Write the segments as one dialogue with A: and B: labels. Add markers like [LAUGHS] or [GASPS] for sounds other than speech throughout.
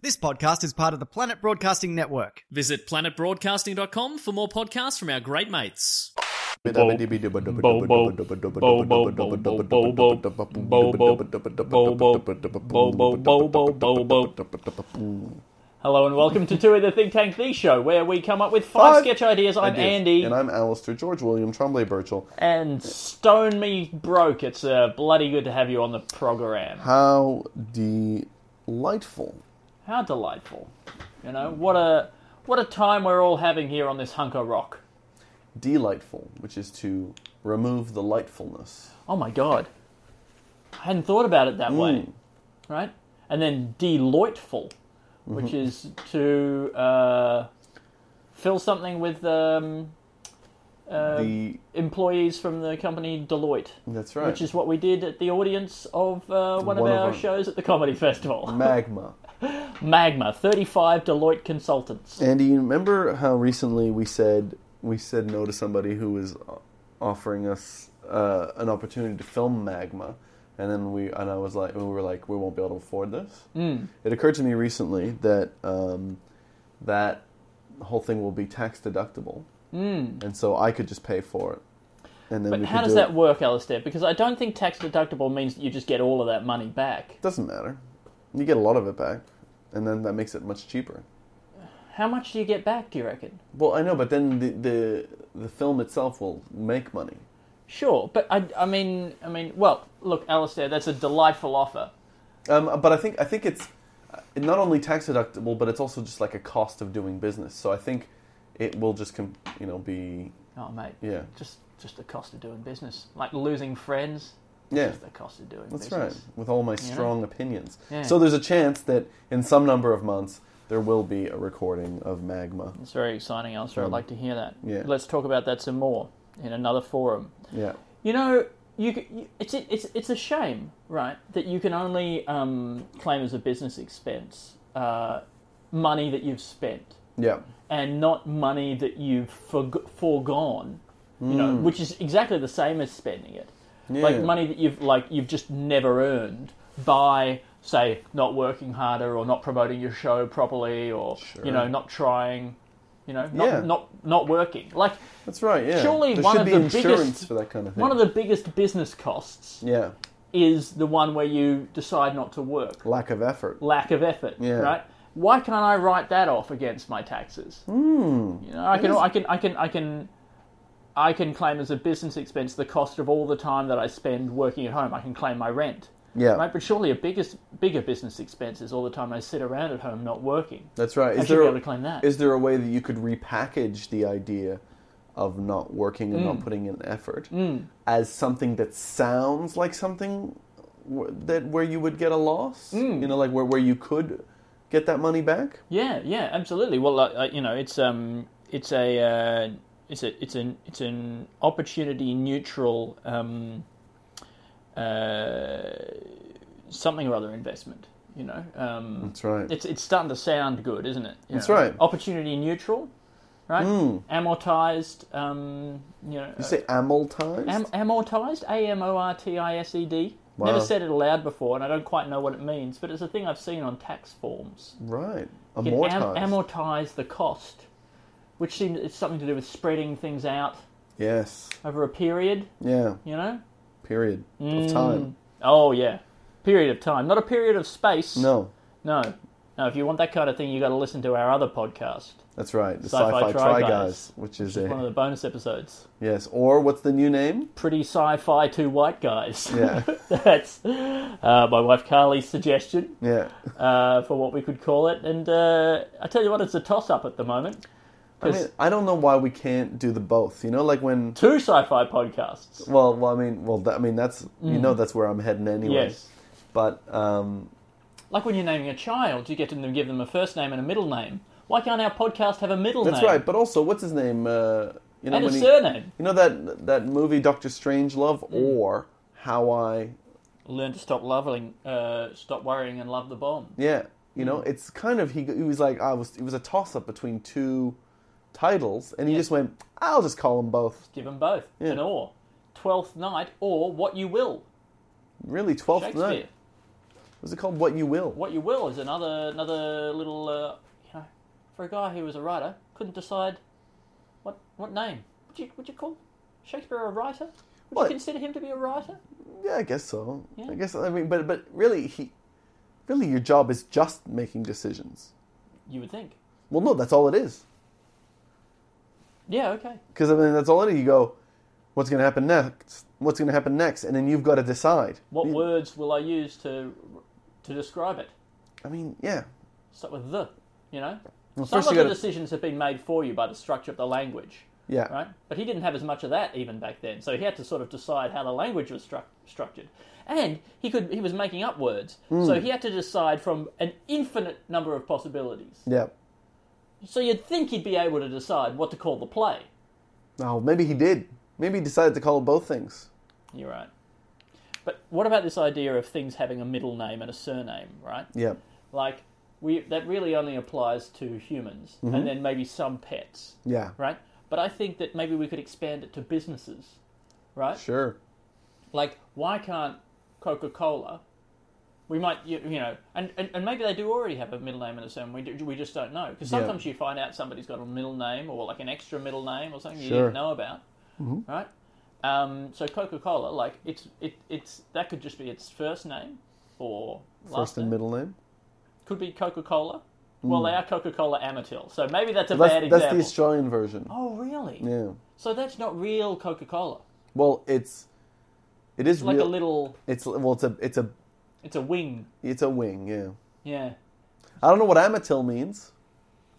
A: This podcast is part of the Planet Broadcasting Network.
B: Visit planetbroadcasting.com for more podcasts from our great mates.
C: Hello and welcome to Two of the Think Tank The Show, where we come up with five,
D: Five
C: sketch ideas. I'm
D: did.
C: Andy,
D: And I'm Alistair George William Trombley Birchall.
C: and stone me broke. It's uh, bloody good to have you on the program.
D: How delightful.
C: How delightful! You know what a what a time we're all having here on this hunk of rock.
D: Delightful, which is to remove the lightfulness.
C: Oh my god, I hadn't thought about it that way.
D: Mm.
C: Right, and then delightful, which is to uh, fill something with um, Uh,
D: the
C: employees from the company Deloitte.
D: That's right.
C: which is what we did at the audience of uh, one, of
D: One of
C: our
D: our-
C: shows at the comedy festival. [LAUGHS]
D: magma.
C: Magma, thirty-five Deloitte consultants.
D: Andy, you remember how recently we said we said no to somebody who was o- offering us uh, an opportunity to film magma, and then we and I was like, we were like, we won't be able to afford this. Mm. It occurred to me recently that um, that whole thing will be tax deductible, mm. and so I could just pay for it, and then
C: But
D: we
C: how
D: could
C: does
D: do
C: that
D: it.
C: work, Alistair? Because I don't think tax deductible means that you just get all of that money back.
D: Doesn't matter. You get a lot of it back, and then that makes it much cheaper.
C: How much do you get back? Do you reckon?
D: Well, I know, but then the the, the film itself will make money.
C: Sure, but I, I mean, I mean, well, look, Alistair, that's a delightful offer.
D: Um, but I think I think it's uh, not only tax deductible, but it's also just like a cost of doing business. So I think it will just com- you know be
C: Oh, mate.
D: Yeah.
C: Just, just the cost of doing business, like losing friends.
D: yeah.
C: Just the cost of doing
D: That's
C: business.
D: right. With all my strong opinions.
C: Yeah.
D: So there's a chance that in some number of months there will be a recording of Magma.
C: It's very exciting, Alistair. I'd like to hear that.
D: Um, Yeah.
C: Let's talk about that some more in another forum.
D: Yeah.
C: You know, you, c- you it's it's it's a shame, right, that you can only um, claim as a business expense uh, money that you've spent
D: Yeah.
C: and not money that you've forg foregone. You know, which is exactly the same as spending it. Like
D: Hmm. Yeah.
C: money that you've like you've just never earned by say not working harder or not promoting your show properly or you know not trying, you know, not
D: Yeah.
C: not, not working. Like
D: That's right. Yeah.
C: Surely
D: there
C: one
D: should
C: of
D: be
C: the
D: insurance
C: biggest-
D: for that kind of thing.
C: one of the biggest business costs
D: yeah.
C: is the one where you decide not to work.
D: Lack of effort.
C: Lack of effort,
D: Yeah.
C: right? Why can't I write that off against my taxes? You know, I can,
D: Hmm. is-
C: I can, I can, I can, I can claim as a business expense the cost of all the time that I spend working at home. I can claim my rent,
D: Yeah.
C: right? But surely a biggest, bigger business expense is all the time I sit around at home not working.
D: That's right.
C: I
D: Is
C: should
D: there
C: be able to claim that.
D: is there a way that you could repackage the idea of not working and
C: Mm.
D: not putting in effort as something that sounds like something wh- that where you would get a loss?
C: Mm.
D: You know, like where where you could get that money back?
C: Yeah, yeah, absolutely. Well, uh, uh, you know, it's um, it's a uh, it's a it's an it's an opportunity neutral um, uh, something or other investment. You know, um,
D: That's right.
C: it's it's starting to sound good, isn't it? You
D: That's
C: know,
D: right. Hmm.
C: Opportunity neutral, right? Amortized, um, you know, uh,
D: you say amortized?
C: am- amortized, A M O R T I S E D. Never
D: Wow.
C: said it aloud before, and I don't quite know what it means, but it's a thing I've seen on tax forms
D: right.
C: can am-
D: Amortized.
C: amortize the cost, which seems it's something to do with spreading things out
D: yes.
C: over a period.
D: Yeah.
C: You know?
D: Period
C: Mm.
D: of time.
C: Oh yeah, period of time, not a period of space.
D: No.
C: no, no. If you want that kind of thing, you got to listen to our other podcast,
D: That's right. The
C: Sci-Fi
D: Sci-Fi,
C: Try
D: Try
C: Guys,
D: Guys, which is
C: one of
D: a
C: the bonus episodes.
D: yes. Or what's the new name?
C: Pretty sci-fi, two white guys.
D: Yeah.
C: [LAUGHS] That's uh, my wife Carly's suggestion
D: yeah.
C: uh, for what we could call it, and uh, I tell you what, it's a toss-up at the moment.
D: I mean, I don't know why we can't do the both. You know, like when
C: Two sci-fi podcasts.
D: Well, well, I mean, well, that, I mean, that's you know, that's where I'm heading anyway.
C: Mm. Yes.
D: But um,
C: Like when you're naming a child, you get to give them a first name and a middle name. Why can't our podcast have a middle
D: that's
C: name
D: right. But also, what's his name? Uh, you know
C: and a
D: when he-
C: surname?
D: You know that that movie Doctor Strange Love
C: Mm.
D: or How I
C: Learn to stop loving, uh, stop worrying, and love the bomb.
D: Yeah, you
C: Mm.
D: know, it's kind of he, he was like I was it was a toss up between two titles, and he just went, I'll just call them both.
C: Give them both
D: Yeah.
C: an or. Twelfth night or what you will.
D: Really, Twelfth
C: Shakespeare.
D: Night was it called What You Will?
C: What you will is another another little uh, you know for a guy who was a writer couldn't decide what what name would you would you call Shakespeare a writer? Would
D: Well,
C: you consider him to be a writer?
D: Yeah, I guess so.
C: Yeah.
D: I guess I mean, but but really, he really your job is just making decisions.
C: You would think.
D: Well, no, that's all it is.
C: Yeah. Okay.
D: Because I mean, that's all it is. You go, what's going to happen next? What's going to happen next? And then you've got to decide.
C: What
D: You-
C: words will I use to to describe it?
D: I mean, yeah.
C: Start with the. You know. Some
D: first
C: of
D: you
C: the
D: gotta-
C: decisions have been made for you by the structure of the language.
D: Yeah.
C: right? But he didn't have as much of that even back then, so he had to sort of decide how the language was struc- structured, and he could he was making up words,
D: Hmm.
C: so he had to decide from an infinite number of possibilities.
D: Yeah.
C: So you'd think he'd be able to decide what to call the play.
D: Oh, maybe he did. Maybe he decided to call them both things.
C: You're right. But what about this idea of things having a middle name and a surname, right?
D: Yeah.
C: Like we that really only applies to humans,
D: Mm-hmm.
C: and then maybe some pets,
D: Yeah.
C: right? But I think that maybe we could expand it to businesses, right?
D: Sure.
C: like why can't coca-cola we might you, you know and, and, and maybe they do already have a middle name and a surname we, do, we just don't know because
D: Yeah.
C: sometimes you find out somebody's got a middle name or like an extra middle name or something you
D: Sure. Mm-hmm.
C: didn't know about right um, so coca-cola like it's it, it's that could just be its first name or last
D: First and
C: name.
D: middle name.
C: could be coca-cola well they are coca-cola amatil so maybe that's a bad
D: That's, that's
C: example
D: the Australian version.
C: oh really
D: Yeah.
C: so that's not real coca-cola
D: Well, it's it is
C: it's like
D: real.
C: a little
D: It's well, it's a it's a
C: it's a wing
D: it's a wing. Yeah.
C: yeah
D: I don't know what amatil means.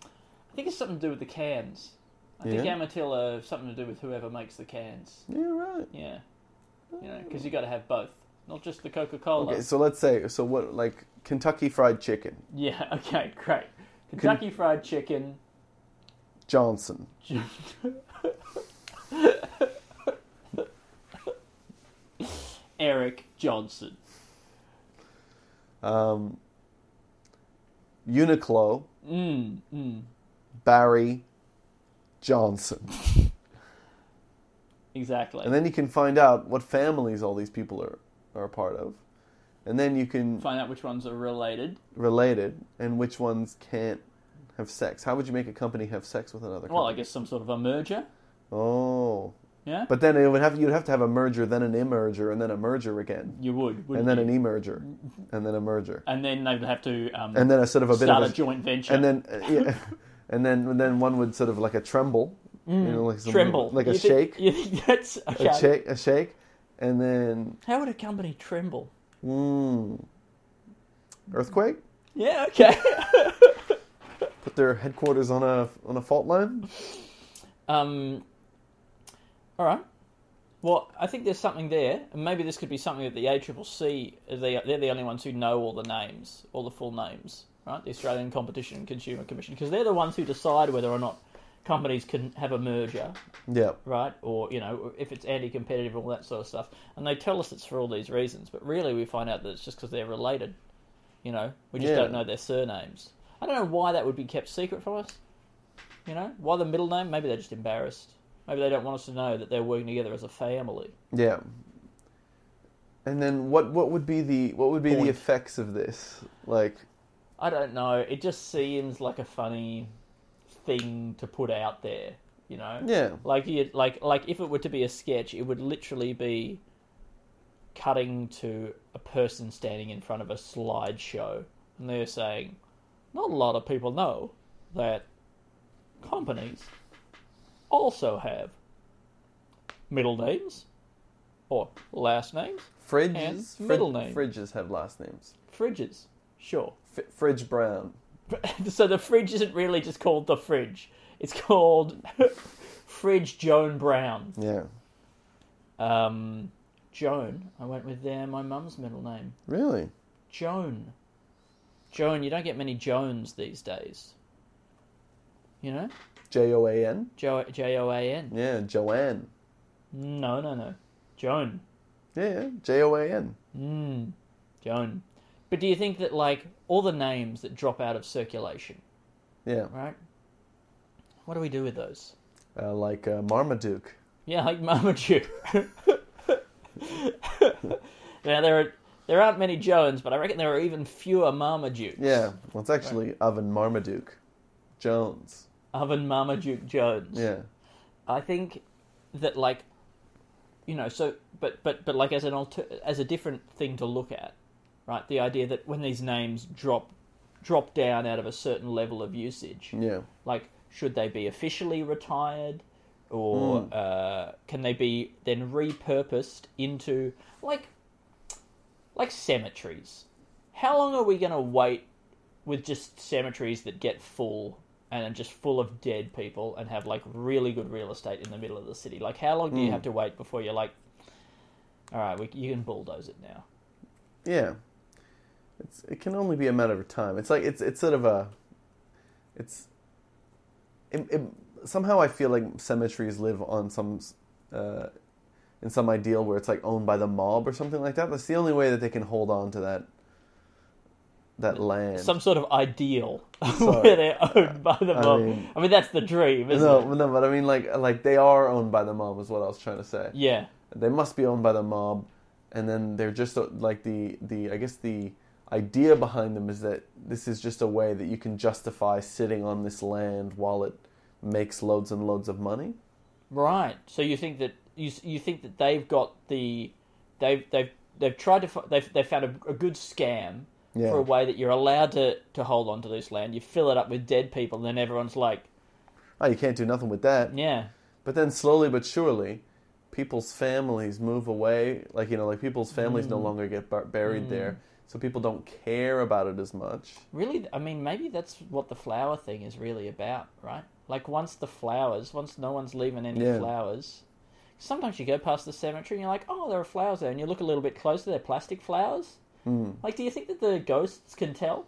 C: I think it's something to do with the cans. I think
D: Yeah.
C: Amatil are something to do with whoever makes the cans.
D: Yeah. Right.
C: Yeah, you know, because you got to have both, not just the Coca Cola.
D: Okay. So let's say so what like Kentucky Fried Chicken
C: Yeah. [LAUGHS] Okay. Great. Kentucky Fried Chicken.
D: Johnson.
C: Eric Johnson.
D: Um. Uniqlo. Barry Johnson,
C: Exactly.
D: and then you can find out what families all these people are are a part of, and then you can
C: find out which ones are related.
D: related and which ones can't have sex. How would you make a company have sex with another company?
C: Well, I guess some sort of a merger.
D: Oh.
C: Yeah.
D: But then it would have you'd have to have a merger, then an emerger, and then a merger again.
C: you would,
D: And
C: wouldn't
D: then
C: you?
D: an e- emerger. And then a merger.
C: and then they'd have to um,
D: And then a sort of a bit
C: start
D: of
C: a, joint venture.
D: And then uh, yeah. [LAUGHS] and then and then one would sort of like a tremble. you know, like some-
C: tremble
D: Like a
C: You
D: shake.
C: Think, you think that's okay?
D: a shake a shake. And then
C: How would a company tremble?
D: mm, earthquake?
C: Yeah. Okay. [LAUGHS]
D: Put their headquarters on a on a fault line?
C: Um, all right. Well, I think there's something there, and maybe this could be something that the ACCC, uh, they, they're the only ones who know all the names, all the full names, right? The Australian Competition and Consumer Commission, because they're the ones who decide whether or not companies can have a merger,
D: Yeah.
C: right? Or, you know, if it's anti competitive, all that sort of stuff. And they tell us it's for all these reasons, but really we find out that it's just because they're related, you know? We just
D: Yeah.
C: don't know their surnames. I don't know why that would be kept secret from us. You know, why the middle name? Maybe they're just embarrassed. Maybe they don't want us to know that they're working together as a family.
D: Yeah. And then what what would be the what would be the
C: Point.
D: effects of this? Like
C: I don't know. It just seems like a funny thing to put out there. You know,
D: Yeah.
C: Like you, like like if it were to be a sketch, it would literally be cutting to a person standing in front of a slideshow, and they're saying, "Not a lot of people know that companies also have middle names or last names,
D: fridges
C: And middle name.
D: Fridges have last names.
C: fridges, sure."
D: F- fridge Brown.
C: [LAUGHS] so the fridge isn't really just called the fridge. It's called [LAUGHS] Fridge Joan Brown.
D: Yeah.
C: Um, Joan, I went with there, my mum's middle name.
D: Really?
C: Joan. Joan, you don't get many Joans these days. You know?
D: J O A N.
C: Jo- J O A N.
D: Yeah, Joanne.
C: No, no, no. Joan.
D: Yeah, J O A N.
C: Joan. But do you think that, like, all the names that drop out of circulation,
D: Yeah,
C: right? What do we do with those?
D: uh, like uh, Marmaduke.
C: Yeah, like Marmaduke. now, there, are, there aren't many Joans, but I reckon there are even fewer Marmadukes.
D: Yeah, well, it's actually Oven Marmaduke Jones.
C: Oven Marmaduke Jones.
D: Yeah,
C: I think that like you know so but but but like as an alter, as a different thing to look at right the idea that when these names drop drop down out of a certain level of usage
D: yeah,
C: like should they be officially retired or
D: Hmm.
C: uh, can they be then repurposed into like like cemeteries how long are we going to wait with just cemeteries that get full and are just full of dead people and have like really good real estate in the middle of the city like how long do
D: Hmm.
C: you have to wait before you're like all right we, you can bulldoze it now
D: yeah. It's it can only be a matter of time. It's like it's it's sort of a, it's. It, it, somehow I feel like cemeteries live on some, s- uh, in some ideal where it's like owned by the mob or something like that. That's the only way that they can hold on to that. That land.
C: some sort of ideal [LAUGHS]
D: Sorry.
C: where they're owned by the
D: I
C: mob. I mean,
D: mean-
C: that's the dream, isn't it?
D: no, no, but I mean like like they are owned by the mob is what I was trying to say.
C: Yeah.
D: they must be owned by the mob, and then they're just uh, like the the I guess the idea behind them is that this is just a way that you can justify sitting on this land while it makes loads and loads of money.
C: Right. So you think that you you think that they've got the they've they've they've tried to fi- they've they've found a, a good scam
D: Yeah.
C: for a way that you're allowed to to hold on to this land. You fill it up with dead people, and then everyone's like,
D: Oh, you can't do nothing with that.
C: yeah,
D: But then slowly but surely, people's families move away. Like you know, like people's families
C: Mm.
D: no longer get bur- buried there, so people don't care about it as much.
C: really. I mean, maybe that's what the flower thing is really about, right? Like once the flowers, once no one's leaving any
D: Yeah.
C: flowers. Sometimes you go past the cemetery and you're like, oh, there are flowers there, and you look a little bit closer, they're plastic flowers.
D: Hmm.
C: Mm. Like, do you think that the ghosts can tell?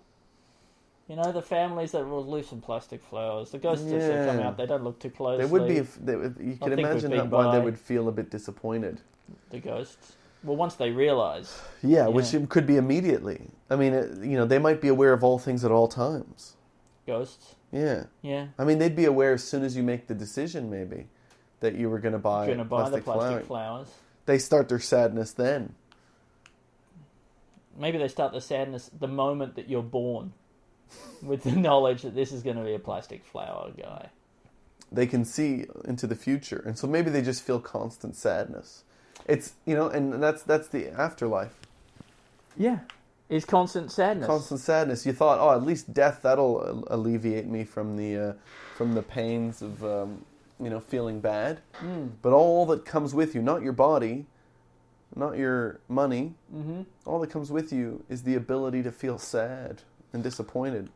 C: You know, the families that will leave some plastic flowers. The ghosts just sort of come
D: Yeah.
C: out, they don't look too closely.
D: They would be. If they, if you
C: I
D: can
C: think we've
D: imagine
C: been
D: that why they
C: by-
D: would feel a bit disappointed.
C: the ghosts. Well, once they realise,
D: Yeah, which
C: Yeah.
D: it could be immediately. I mean, it, you know, they might be aware of all things at all times.
C: ghosts,
D: Yeah.
C: yeah,
D: I mean, they'd be aware as soon as you make the decision, maybe, that you were going to buy,
C: going to buy the
D: plastic
C: plastic
D: flowering.
C: flowers.
D: They start their sadness then.
C: Maybe they start the sadness the moment that you're born, [LAUGHS] with the knowledge that this is going to be a plastic flower guy.
D: They can see into the future, and so maybe they just feel constant sadness. It's you know, and that's that's the afterlife.
C: Yeah, is constant sadness.
D: Constant sadness. You thought, oh, at least death that'll uh, alleviate me from the uh, from the pains of um, you know feeling bad. But all that comes with you, not your body, not your money, mm-hmm. all that comes with you is the ability to feel sad and disappointed.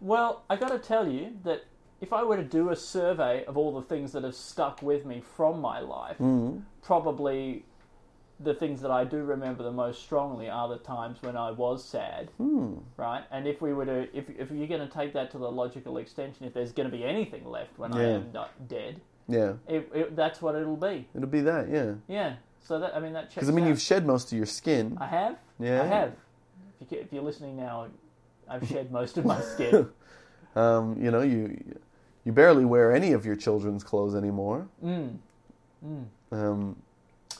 C: Well, I got to tell you that if I were to do a survey of all the things that have stuck with me from my life,
D: Mm-hmm.
C: probably the things that I do remember the most strongly are the times when I was sad,
D: Hmm.
C: right? And if we were to, if if you're going to take that to the logical extension, if there's going to be anything left when I
D: Yeah.
C: am not dead,
D: Yeah,
C: it, it, that's what it'll be.
D: it'll be that. Yeah,
C: Yeah. So that I mean that checks.
D: because I mean,
C: out.
D: you've shed most of your skin.
C: I have.
D: Yeah.
C: I have. If, you, if you're listening now, I've
D: [LAUGHS]
C: shed most of my skin.
D: Um, you know, you you barely wear any of your children's clothes anymore. Um,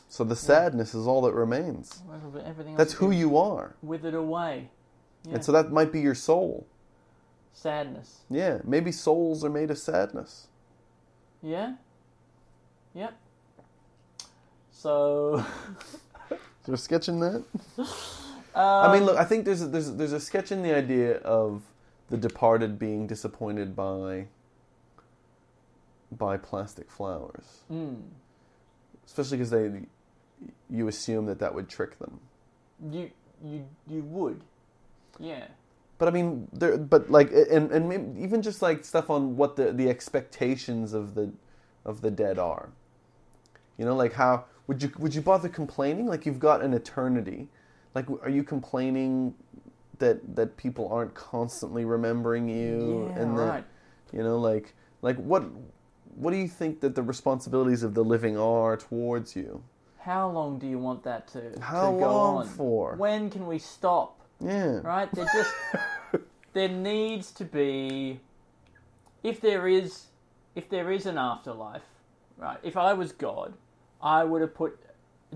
D: so the sadness is all that remains.
C: Everything.
D: That's
C: else
D: who you are.
C: withered away.
D: And so that might be your soul.
C: Sadness.
D: Yeah, maybe souls are made of sadness.
C: Yeah? Yep. So, [LAUGHS]
D: They're sketching that. I mean, look, I think there's a, there's a- there's a sketch in the idea of the departed being disappointed by by plastic flowers, especially because they you assume that that would trick them.
C: you you you would. Yeah.
D: But I mean, there. But like, and and maybe even just like stuff on what the the expectations of the of the dead are. You know, like how would you would you bother complaining? Like you've got an eternity. Like, are you complaining that that people aren't constantly remembering you
C: Yeah,
D: and that
C: right.
D: you know like like what what do you think that the responsibilities of the living are towards you?
C: How long do you want that to,
D: How
C: to go
D: long
C: on?
D: for?
C: When can we stop?
D: Yeah.
C: Right? There just there needs to be if there is if there is an afterlife, right? If I was God, I would have put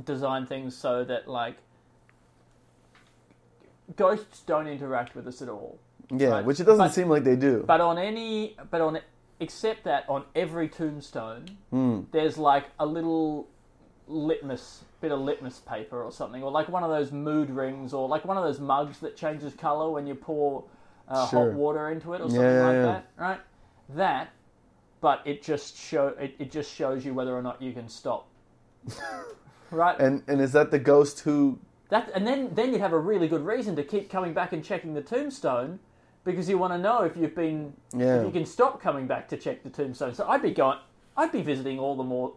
C: designed things so that like ghosts don't interact with us at all.
D: Yeah,
C: Right.
D: which it doesn't
C: But-
D: seem like they do.
C: But on any, but on except that on every tombstone,
D: Hmm.
C: there's like a little litmus bit of litmus paper or something, or like one of those mood rings, or like one of those mugs that changes color when you pour uh,
D: Sure.
C: hot water into it, or
D: Yeah,
C: something
D: yeah,
C: like
D: yeah.
C: that, right? That, but it just show it, it just shows you whether or not you can
D: [LAUGHS]
C: stop. Right,
D: and and is that the ghost who
C: that, and then then you'd have a really good reason to keep coming back and checking the tombstone, because you want to know if you've been
D: Yeah.
C: if you can stop coming back to check the tombstone. So I'd be going, I'd be visiting all the more,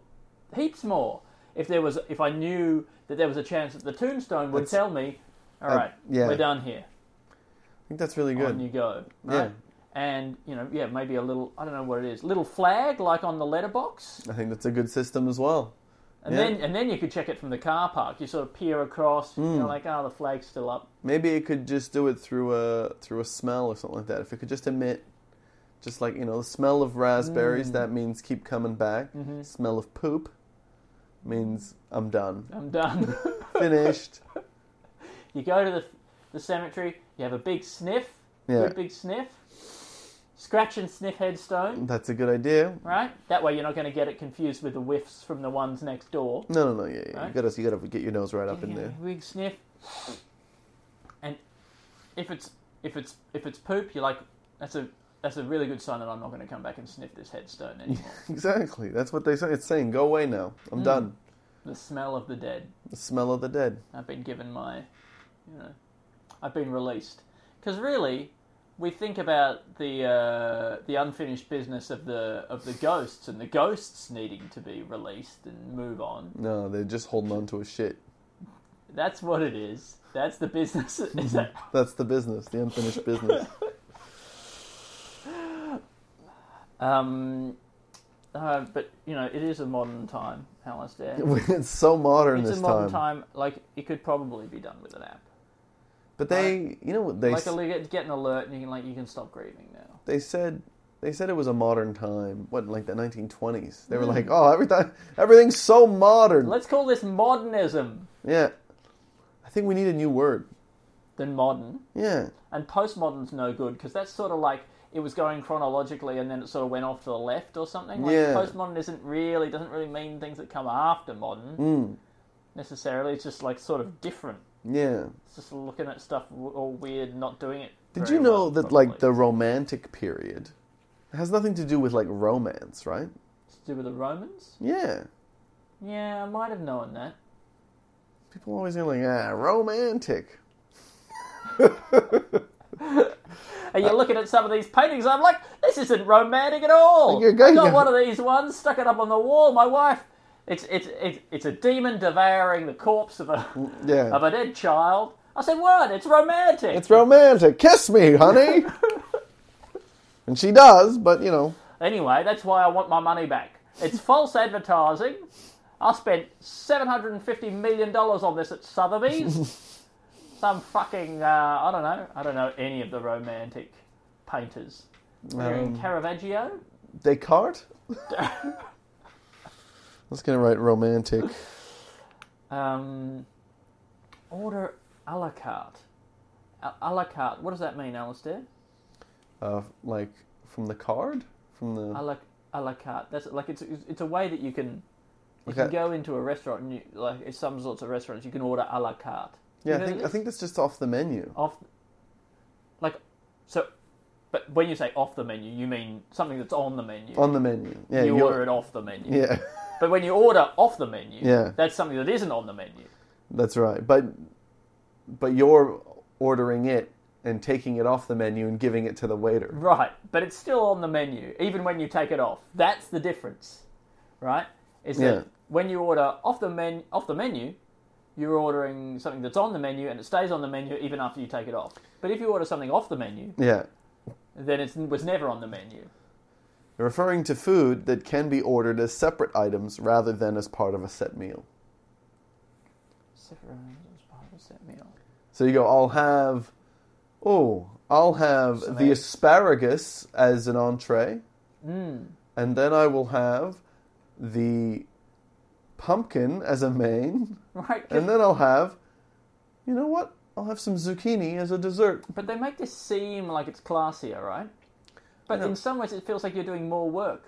C: heaps more if there was if I knew that there was a chance that the tombstone would
D: That's-
C: tell me, all right,
D: yeah.
C: we're done here,
D: I think that's really
C: on you
D: good.
C: go,
D: Yeah.
C: right? And you know, yeah, maybe a little I don't know what it is, little flag like on the letterbox.
D: I think that's a good system as well.
C: And
D: Yeah.
C: then and then you could check it from the car park. You sort of peer across, you know,
D: Hmm.
C: like, oh the flag's still up.
D: Maybe it could just do it through a through a smell or something like that. If it could just emit, just like you know, the smell of raspberries,
C: Mm.
D: that means keep coming back.
C: Mm-hmm.
D: Smell of poop means I'm
C: [LAUGHS]
D: done,
C: I'm done.
D: finished.
C: You go to the, the cemetery, you have a big sniff,
D: Yeah.
C: good big sniff, scratch and sniff headstone,
D: That's a good idea.
C: right? That way you're not going to get it confused with the whiffs from the ones next door.
D: No, no, no. Yeah, yeah.
C: Right.
D: you gotta you gotta get your nose right up in
C: Yeah,
D: there.
C: big sniff. And if it's if it's if it's poop, you're like, that's a that's a really good sign that I'm not going to come back and sniff this
D: [LAUGHS]
C: headstone anymore.
D: Exactly. That's what they say. It's saying, go away now.
C: Mm.
D: I'm done.
C: the smell of the dead.
D: The smell of the dead.
C: I've been given my, you know, I've been released. Because really, we think about the uh, the unfinished business of the of the ghosts and the ghosts needing to be released and move on.
D: No, they're just holding on to a shit.
C: That's what it is. That's the business. [LAUGHS] Is that
D: That's the business, the unfinished business.
C: [LAUGHS]
D: [LAUGHS]
C: um, uh, but you know, it is a modern time, Alistair.
D: it's so modern
C: It's
D: this
C: a modern
D: time.
C: time. Like it could probably be done with an app.
D: But they, you know what they s-
C: Like a, get get an alert, and you can like you can stop grieving now.
D: they said they said it was a modern time. What like the 1920s? They were
C: Hmm.
D: like, "Oh, everything everything's so modern."
C: Let's call this modernism
D: yeah. I think we need a new word.
C: than modern.
D: Yeah.
C: and postmodern's no good because that's sort of like it was going chronologically and then it sort of went off to the left or something. Like
D: Yeah.
C: postmodern isn't really doesn't really mean things that come after modern
D: Hmm.
C: necessarily. It's just like sort of different.
D: Yeah.
C: It's just looking at stuff w- all weird, not doing it.
D: Did
C: very
D: you know
C: well,
D: that
C: probably.
D: like the romantic period has nothing to do with like romance, right?
C: It's to do with the Romans?
D: Yeah.
C: Yeah, I might have known that.
D: People always are like, "Ah, romantic."
C: And
D: Uh,
C: you're looking at some of these paintings. I'm like, this isn't romantic at all.
D: You're going-
C: Got one of these ones, stuck it up on the wall. My wife, it's it's it's, it's a demon devouring the corpse of a
D: Yeah.
C: of a dead child. I said, what? It's romantic.
D: It's romantic. Kiss me,
C: [LAUGHS]
D: honey. and she does, but you know,
C: anyway, that's why I want my money back.
D: [LAUGHS]
C: It's false advertising. I spent $750 million on this at Sotheby's.
D: [LAUGHS]
C: Some fucking, uh, I don't know, I don't know any of the romantic painters.
D: Um,
C: Caravaggio? [LAUGHS]
D: Descartes. I was gonna write romantic.
C: Um, order a la carte. A, a la carte. What does that mean, Alistair?
D: uh, like from the card, from the
C: A la, a la carte. That's like it's it's a way that you can you
D: Okay.
C: can go into a restaurant and you, like it's some sorts of restaurants you can order a la carte.
D: yeah.
C: You
D: I
C: heard
D: think
C: of
D: I
C: this?
D: think that's just off the menu.
C: off like so. But when you say off the menu, you mean something that's on the menu.
D: On the menu, yeah.
C: you
D: you're-
C: order it off the menu.
D: [LAUGHS] Yeah,
C: But when you order off the menu,
D: Yeah.
C: that's something that isn't on the menu.
D: that's right. But but you're ordering it and taking it off the menu and giving it to the waiter.
C: Right, but it's still on the menu, even when you take it off. That's the difference, right? Is that
D: Yeah.
C: when you order off the men off the menu, you're ordering something that's on the menu and it stays on the menu even after you take it off. But if you order something off the menu,
D: Yeah.
C: then it was never on the menu.
D: Referring to food that can be ordered as separate items rather than as part of a set meal.
C: Separate items as part of a set meal.
D: So you go, I'll have, oh, I'll have
C: Some
D: the
C: eggs.
D: asparagus as an entree,
C: Mm.
D: and then I will have the pumpkin as a main,
C: [LAUGHS] Right?
D: and then I'll have, you know what? I'll have some zucchini as a dessert.
C: But they make this seem like it's classier, right? But
D: Yeah.
C: in some ways, it feels like you're doing more work,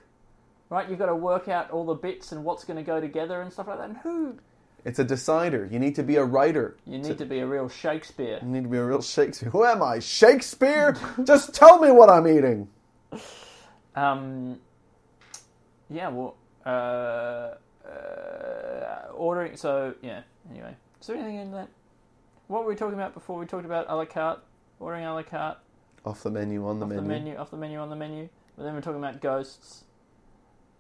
C: right? You've got to work out all the bits and what's going to go together and stuff like that. And who?
D: It's a decider. You need to be a writer.
C: You need to be a real Shakespeare.
D: You need to be a real Shakespeare. Who am I?
C: [LAUGHS]
D: Shakespeare? Just tell me what I'm eating.
C: Um, yeah, well, uh, uh, ordering. So yeah. Anyway, is there anything in that? What were we talking about before? We talked about a la carte, ordering a la carte,
D: Off the menu, on the
C: off
D: menu.
C: the menu, off the menu, on the menu. But then we're talking about ghosts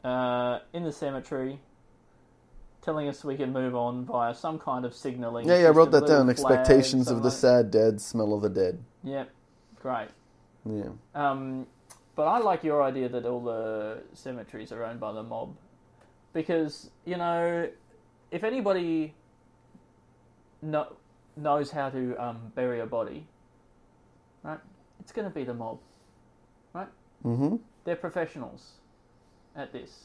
C: uh, in the cemetery, telling us we can move on via some kind of signalling.
D: Yeah, yeah, I wrote
C: system,
D: that down.
C: little flag,
D: Expectations of
C: something
D: the
C: like-
D: sad dead, smell of the dead.
C: Yep, great.
D: Yeah.
C: Um, but I like your idea that all the cemeteries are owned by the mob, because you know, if anybody no, knows how to um, bury a body, right, it's going to be the mob, right?
D: Mm-hmm.
C: They're professionals at this.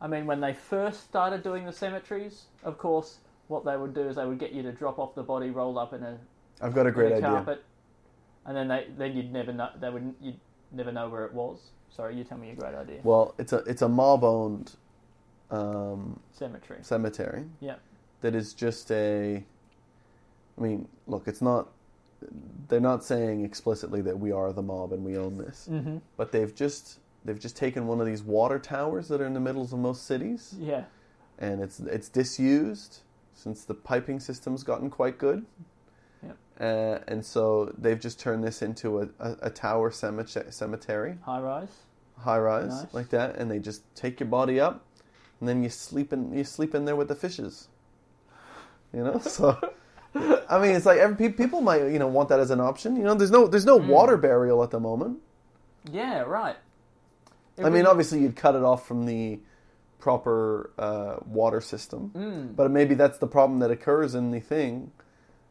C: I mean, when they first started doing the cemeteries, of course, what they would do is they would get you to drop off the body rolled up in a
D: I've got a great
C: the
D: idea.
C: carpet, and then they then you'd never know they would you'd never know where it was. Sorry, you tell me your great idea.
D: Well, it's a it's a mob owned um,
C: Cemetery.
D: cemetery
C: Yeah,
D: that is just a. I mean, look, it's not. They're not saying explicitly that we are the mob and we own this, mm-hmm. but they've just they've just taken one of these water towers that are in the middles of most cities,
C: yeah.
D: and it's it's disused since the piping system's gotten quite good.
C: Yep.
D: Uh, and so they've just turned this into a, a, a tower cemetery, cemetery
C: High rise.
D: high rise
C: Nice.
D: like that, and they just take your body up, and then you sleep in you sleep in there with the fishes. You know, so I mean, it's like every, pe- people might you know want that as an option. You know, there's no there's no
C: Mm.
D: water burial at the moment.
C: Yeah, right. It
D: I mean,
C: really-
D: obviously you'd cut it off from the proper uh, water system,
C: Mm.
D: but maybe that's the problem that occurs in the thing.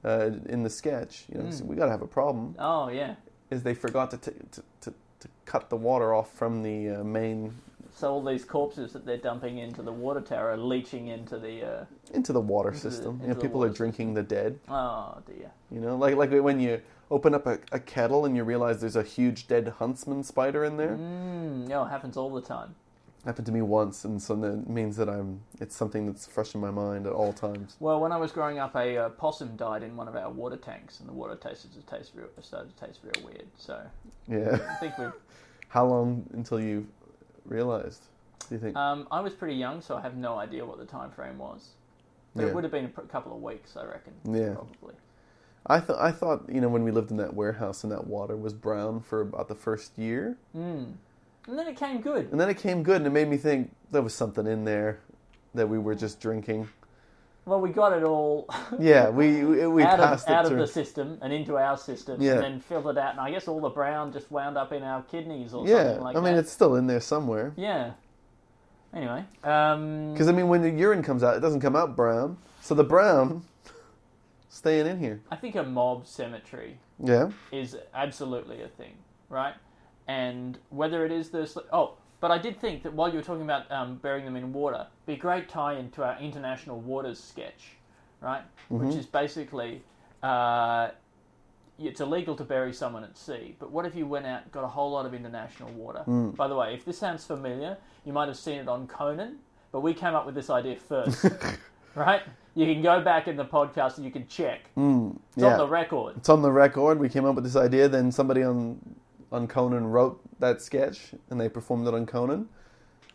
D: Uh, in the sketch, you know, 'cause we gotta have a problem.
C: Oh Mm. yeah.
D: Is they forgot to t- to, to to cut the water off from the uh, main
C: So all these corpses that they're dumping into the water tower are leaching into the. Uh,
D: into the water
C: the-
D: system. you
C: into
D: know,
C: the
D: people are
C: water
D: drinking the dead.
C: oh dear.
D: You know, like like when you open up a, a kettle and you realize there's a huge dead huntsman spider in there.
C: Mm, oh, it happens all the time.
D: Happened to me once, and so that means that I'm. It's something that's fresh in my mind at all times.
C: Well, when I was growing up, a uh, possum died in one of our water tanks, and the water tasted to taste real, started to taste real weird. So I
D: Yeah. [LAUGHS]
C: think we've
D: How long until you realized? Do you think?
C: Um, I was pretty young, so I have no idea what the time frame was. But
D: Yeah.
C: it would have been a pr- couple of weeks, I reckon.
D: Yeah.
C: Probably.
D: I thought I thought you know when we lived in that warehouse and that water was brown for about the first year,
C: And then it came good.
D: and then it came good and it made me think there was something in there that we were just
C: [LAUGHS]
D: drinking.
C: Well, we got it all [LAUGHS]
D: Yeah, we we, we
C: out,
D: passed
C: of,
D: it
C: out of
D: through.
C: the system and into our system,
D: Yeah.
C: and then filtered out. And I guess all the brown just wound up in our kidneys or
D: yeah,
C: something like
D: I mean
C: that.
D: it's still in there somewhere.
C: Yeah. Anyway, um,
D: Because I mean, when the urine comes out, it doesn't come out brown. So the brown staying in here.
C: I think a mob cemetery
D: Yeah.
C: is absolutely a thing, right? And whether it is the sl- oh, but I did think that while you were talking about um, burying them in water, be a great tie into our international waters sketch, right? Which is basically uh, it's illegal to bury someone at sea, but what if you went out and got a whole lot of international water? By the way, if this sounds familiar, you might have seen it on Conan, but we came up with this idea first, right? You can go back in the podcast and you can check. It's
D: yeah.
C: on the record.
D: it's on the record. We came up with this idea. Then somebody on on Conan wrote that sketch, and they performed it on Conan.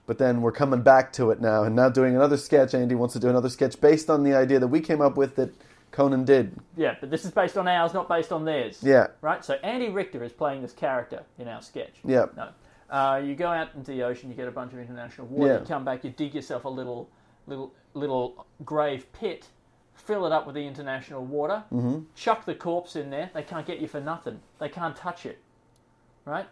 D: But then we're coming back to it now, and now doing another sketch. Andy wants to do another sketch based on the idea that we came up with that Conan did.
C: Yeah, but this is based on ours, not based on theirs.
D: Yeah.
C: Right? So Andy Richter is playing this character in our sketch.
D: Yeah.
C: No. Uh, you go out into the ocean, you get a bunch of international water,
D: Yeah.
C: you come back, you dig yourself a little little little grave pit, fill it up with the international water,
D: Mm-hmm.
C: chuck the corpse in there. They can't get you for nothing. They can't touch it, right?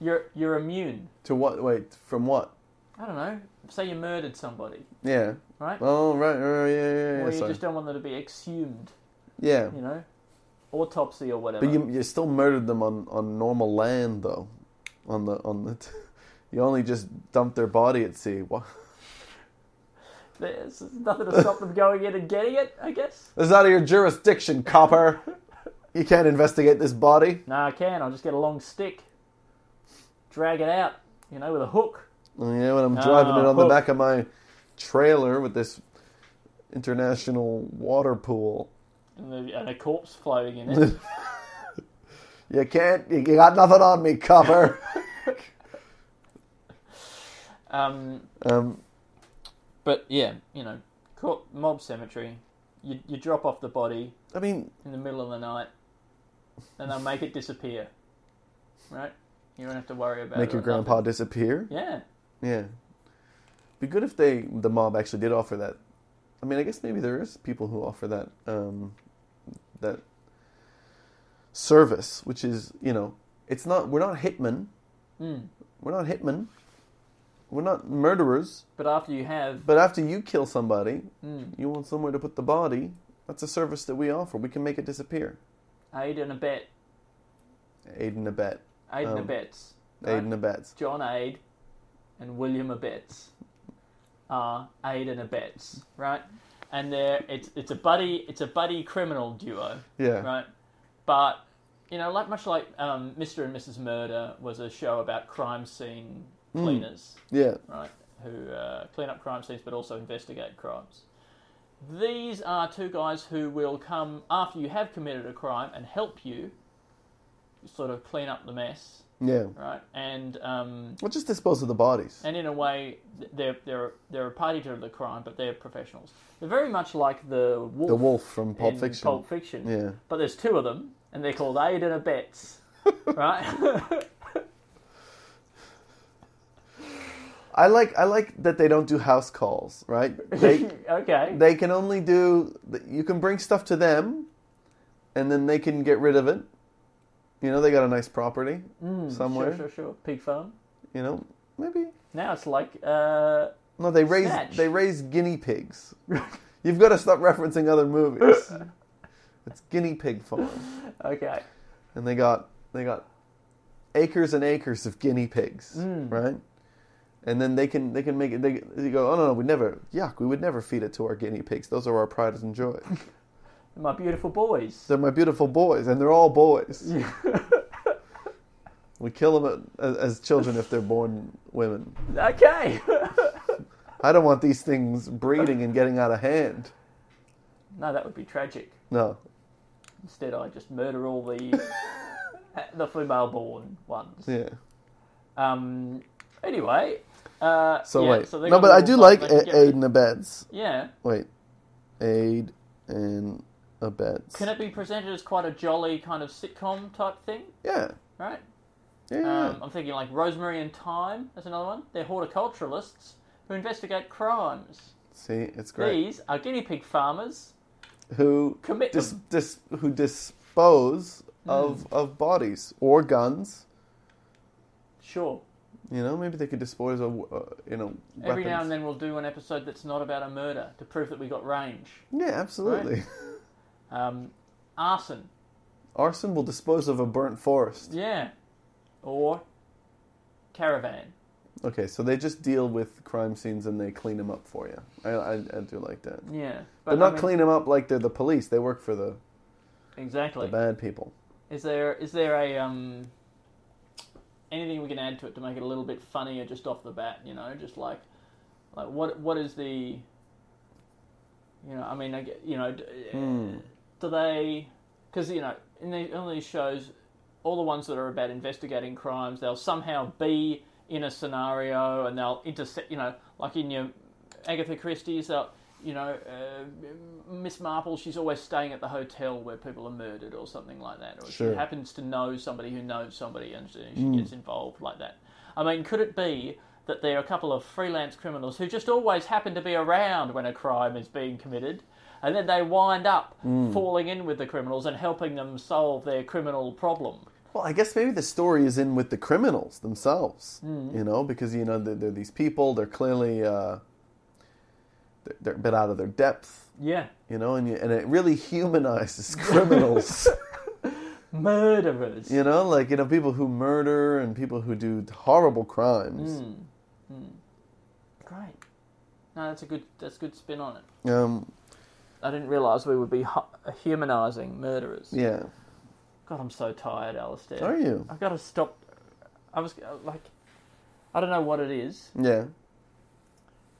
C: You're you're immune.
D: To what? Wait, from what?
C: I don't know. Say you murdered somebody,
D: Yeah.
C: right?
D: Oh right, right, yeah, yeah, yeah.
C: or you
D: sorry.
C: just don't want them to be exhumed,
D: yeah.
C: you know, autopsy or whatever.
D: But you you still murdered them on, on normal land though, on the on the. [LAUGHS] you only just dumped their body at sea. What?
C: There's nothing to stop them going in and getting it, I guess.
D: This is out of your jurisdiction, copper. You can't investigate this body.
C: Nah, I can. I'll just get a long stick, drag it out, you know, with a hook.
D: Oh, yeah, when I'm driving it on the
C: hook.
D: back of my trailer with this international water pool.
C: and, the, and a corpse floating in
D: [LAUGHS]
C: it.
D: You can't. You you got nothing on me, copper.
C: um,
D: um,
C: but yeah, you know, cor- mob cemetery. You, you drop off the body
D: I mean,
C: in the middle of the night, and they'll make it disappear. Right? You don't have to worry about it.
D: make your
C: or nothing.
D: grandpa disappear.
C: Yeah.
D: Yeah. Be good if they the mob actually did offer that. I mean, I guess maybe there is people who offer that um, that service, which is you know, it's not we're not hitmen,
C: Mm.
D: we're not hitmen, we're not murderers.
C: But after you have,
D: But after you kill somebody,
C: Mm.
D: you want somewhere to put the body. That's a service that we offer. We can make it disappear.
C: aid and abet,
D: Aid and abet.
C: aid and
D: Um,
C: abets.
D: Aid
C: right?
D: and abets.
C: John Aid and William Abetz are Aid and Abetz, right? And they're it's it's a buddy it's a buddy criminal duo,
D: Yeah.
C: right? But you know, like much like um, Mr. and Mrs. Murder was a show about crime scene cleaners,
D: Yeah.
C: right? Who uh, clean up crime scenes but also investigate crimes. These are two guys who will come after you have committed a crime and help you sort of clean up the mess,
D: Yeah.
C: right? And um,
D: Well, just dispose of the bodies.
C: and in a way, th- they're they're they're a party to the crime, but they're professionals. They're very much like the wolf.
D: The wolf from Pulp
C: in
D: Fiction.
C: Pulp Fiction.
D: Yeah.
C: But there's two of them, and they're called Aid and
D: [LAUGHS]
C: Abets. right?
D: I like I like that they don't do house calls, right? They
C: [LAUGHS] okay.
D: they can only do you can bring stuff to them, and then they can get rid of it. You know, they got a nice property somewhere.
C: Mm, Sure, sure, sure. Pig farm.
D: You know, maybe
C: Now it's like uh,
D: no. They raise
C: Snatch.
D: they raise guinea
C: [LAUGHS]
D: pigs. You've got to stop referencing other movies. it's guinea pig farm,
C: okay.
D: and they got they got acres and acres of guinea pigs,
C: Mm.
D: right? And then they can they can make it. They, they go, oh no, no, we never yuck. We would never feed it to our guinea pigs. Those are our pride and
C: [LAUGHS]
D: joy.
C: My beautiful boys.
D: They're my beautiful boys, and they're all boys. [LAUGHS] we kill them as, as children if they're born women.
C: Okay. [LAUGHS]
D: I don't want these things breeding and getting out of hand.
C: no, that would be tragic.
D: No.
C: Instead, I just murder
D: [LAUGHS]
C: all the uh, the female born ones.
D: Yeah.
C: Um. Anyway. Uh,
D: So
C: yeah,
D: wait.
C: so they've
D: no,
C: got
D: but
C: a
D: I do
C: little vibe,
D: like
C: they can get-
D: a- aid and abets.
C: Yeah.
D: Wait, aid and abets.
C: Can it be presented as quite a jolly kind of sitcom type thing,
D: Yeah.
C: right?
D: Yeah. yeah.
C: Um, I'm thinking like Rosemary and Thyme. That's another one. They're horticulturalists who investigate crimes.
D: See, it's great.
C: These are guinea pig farmers.
D: Who
C: commit
D: dis,
C: them. Hmm.
D: dis, who dispose of of bodies or guns?
C: Sure.
D: You know, maybe they could dispose of uh, you know weapons.
C: Every now and then we'll do an episode that's not about a murder to prove that we got range.
D: Yeah, absolutely.
C: Um, arson.
D: [LAUGHS] Arson will dispose of a burnt forest.
C: Yeah. Or caravan.
D: Okay, so they just deal with crime scenes and they clean them up for you. I, I, I do like that.
C: Yeah.
D: But
C: I
D: not
C: mean-
D: clean them up like they're the police. They work for the, the
C: Exactly.
D: bad people.
C: Is there is there a um anything we can add to it to make it a little bit funnier just off the bat? You know, just like like what what is the you know I mean I get, you know d- do they because you know in the, on these shows all the ones that are about investigating crimes they'll somehow be in a scenario and they'll intercept you know like in your Agatha Christie's they'll you know uh, Miss Marple she's always staying at the hotel where people are murdered or something like that or
D: Sure.
C: she happens to know somebody who knows somebody and she, she gets involved like that I mean could it be that there are a couple of freelance criminals who just always happen to be around when a crime is being committed and then they wind up falling in with the criminals and helping them solve their criminal problem.
D: Well, I guess maybe the story is in with the criminals themselves,
C: Mm-hmm.
D: you know, because you know they're, they're these people. They're clearly uh, they're, they're a bit out of their depth,
C: Yeah,
D: you know, and you, and it really [LAUGHS]
C: [LAUGHS]
D: humanizes criminals,
C: murderers.
D: you know, like you know people who murder and people who do horrible crimes.
C: Great. No, that's a good that's a good spin on it.
D: Um,
C: I didn't realise we would be hu- humanising murderers.
D: yeah,
C: God, I'm so tired, Alistair.
D: Are you?
C: I've got to stop. I was uh, like, I don't know what it is,
D: yeah.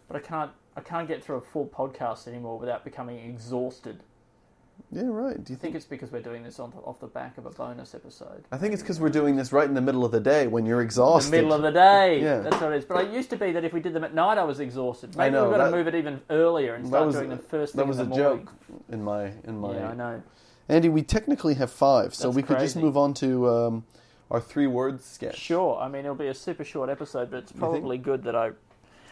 C: but I can't. I can't get through a full podcast anymore without becoming exhausted.
D: Yeah, right. Do you
C: I think
D: think?
C: it's because we're doing this on the, off the back of a bonus episode.
D: I think it's because we're doing this right in the middle of the day when you're exhausted.
C: The middle of the day.
D: Yeah.
C: That's what it is. But it used to be that if we did them at night, I was exhausted. Maybe
D: know,
C: we've got
D: that-
C: to move it even earlier and
D: that
C: start
D: was
C: doing them first thing
D: that was
C: in
D: a
C: the morning.
D: joke in my in my.
C: Yeah, I know.
D: Andy, we technically have five, so
C: That's
D: we could just
C: crazy.
D: move on to um, our three word sketch.
C: Sure. I mean, it'll be a super short episode, but it's probably good that I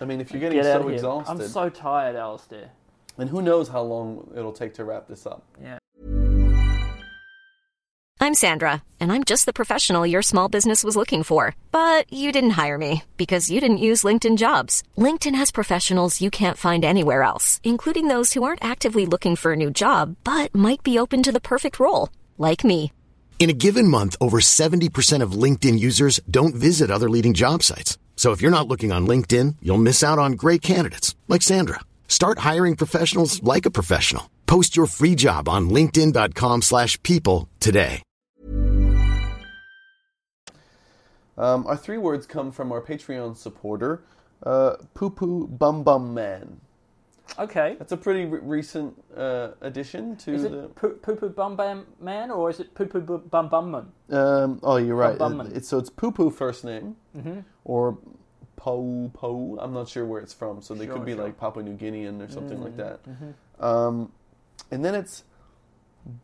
D: I mean, if you're getting
C: get out
D: so
C: of here.
D: exhausted,
C: I'm so tired, Alistair.
D: and who knows how long it'll take to wrap this up.
C: Yeah.
E: I'm Sandra, and I'm just the professional your small business was looking for. But you didn't hire me because you didn't use LinkedIn jobs. LinkedIn has professionals you can't find anywhere else, including those who aren't actively looking for a new job but might be open to the perfect role, like me.
F: In a given month, over 70% of LinkedIn users don't visit other leading job sites. So if you're not looking on LinkedIn, you'll miss out on great candidates like Sandra. Start hiring professionals like a professional. Post your free job on linkedin.com/people slash people today.
D: Um, our three words come from our Patreon supporter, uh, Poo Poo Bum Bum Man.
C: Okay.
D: That's a pretty re- recent uh, addition to
C: Is
D: the.
C: it poo poo bum bam man or is it poo poo bum bum man?
D: Um, oh, you're right.
C: Bum Bum Man.
D: It- it's, so it's Poo Poo first name,
C: Mm-hmm.
D: or Po Po. I'm not sure where it's from, so they could be like Papua New Guinean or something
C: Mm,
D: like that.
C: mm-hmm.
D: Um, and then it's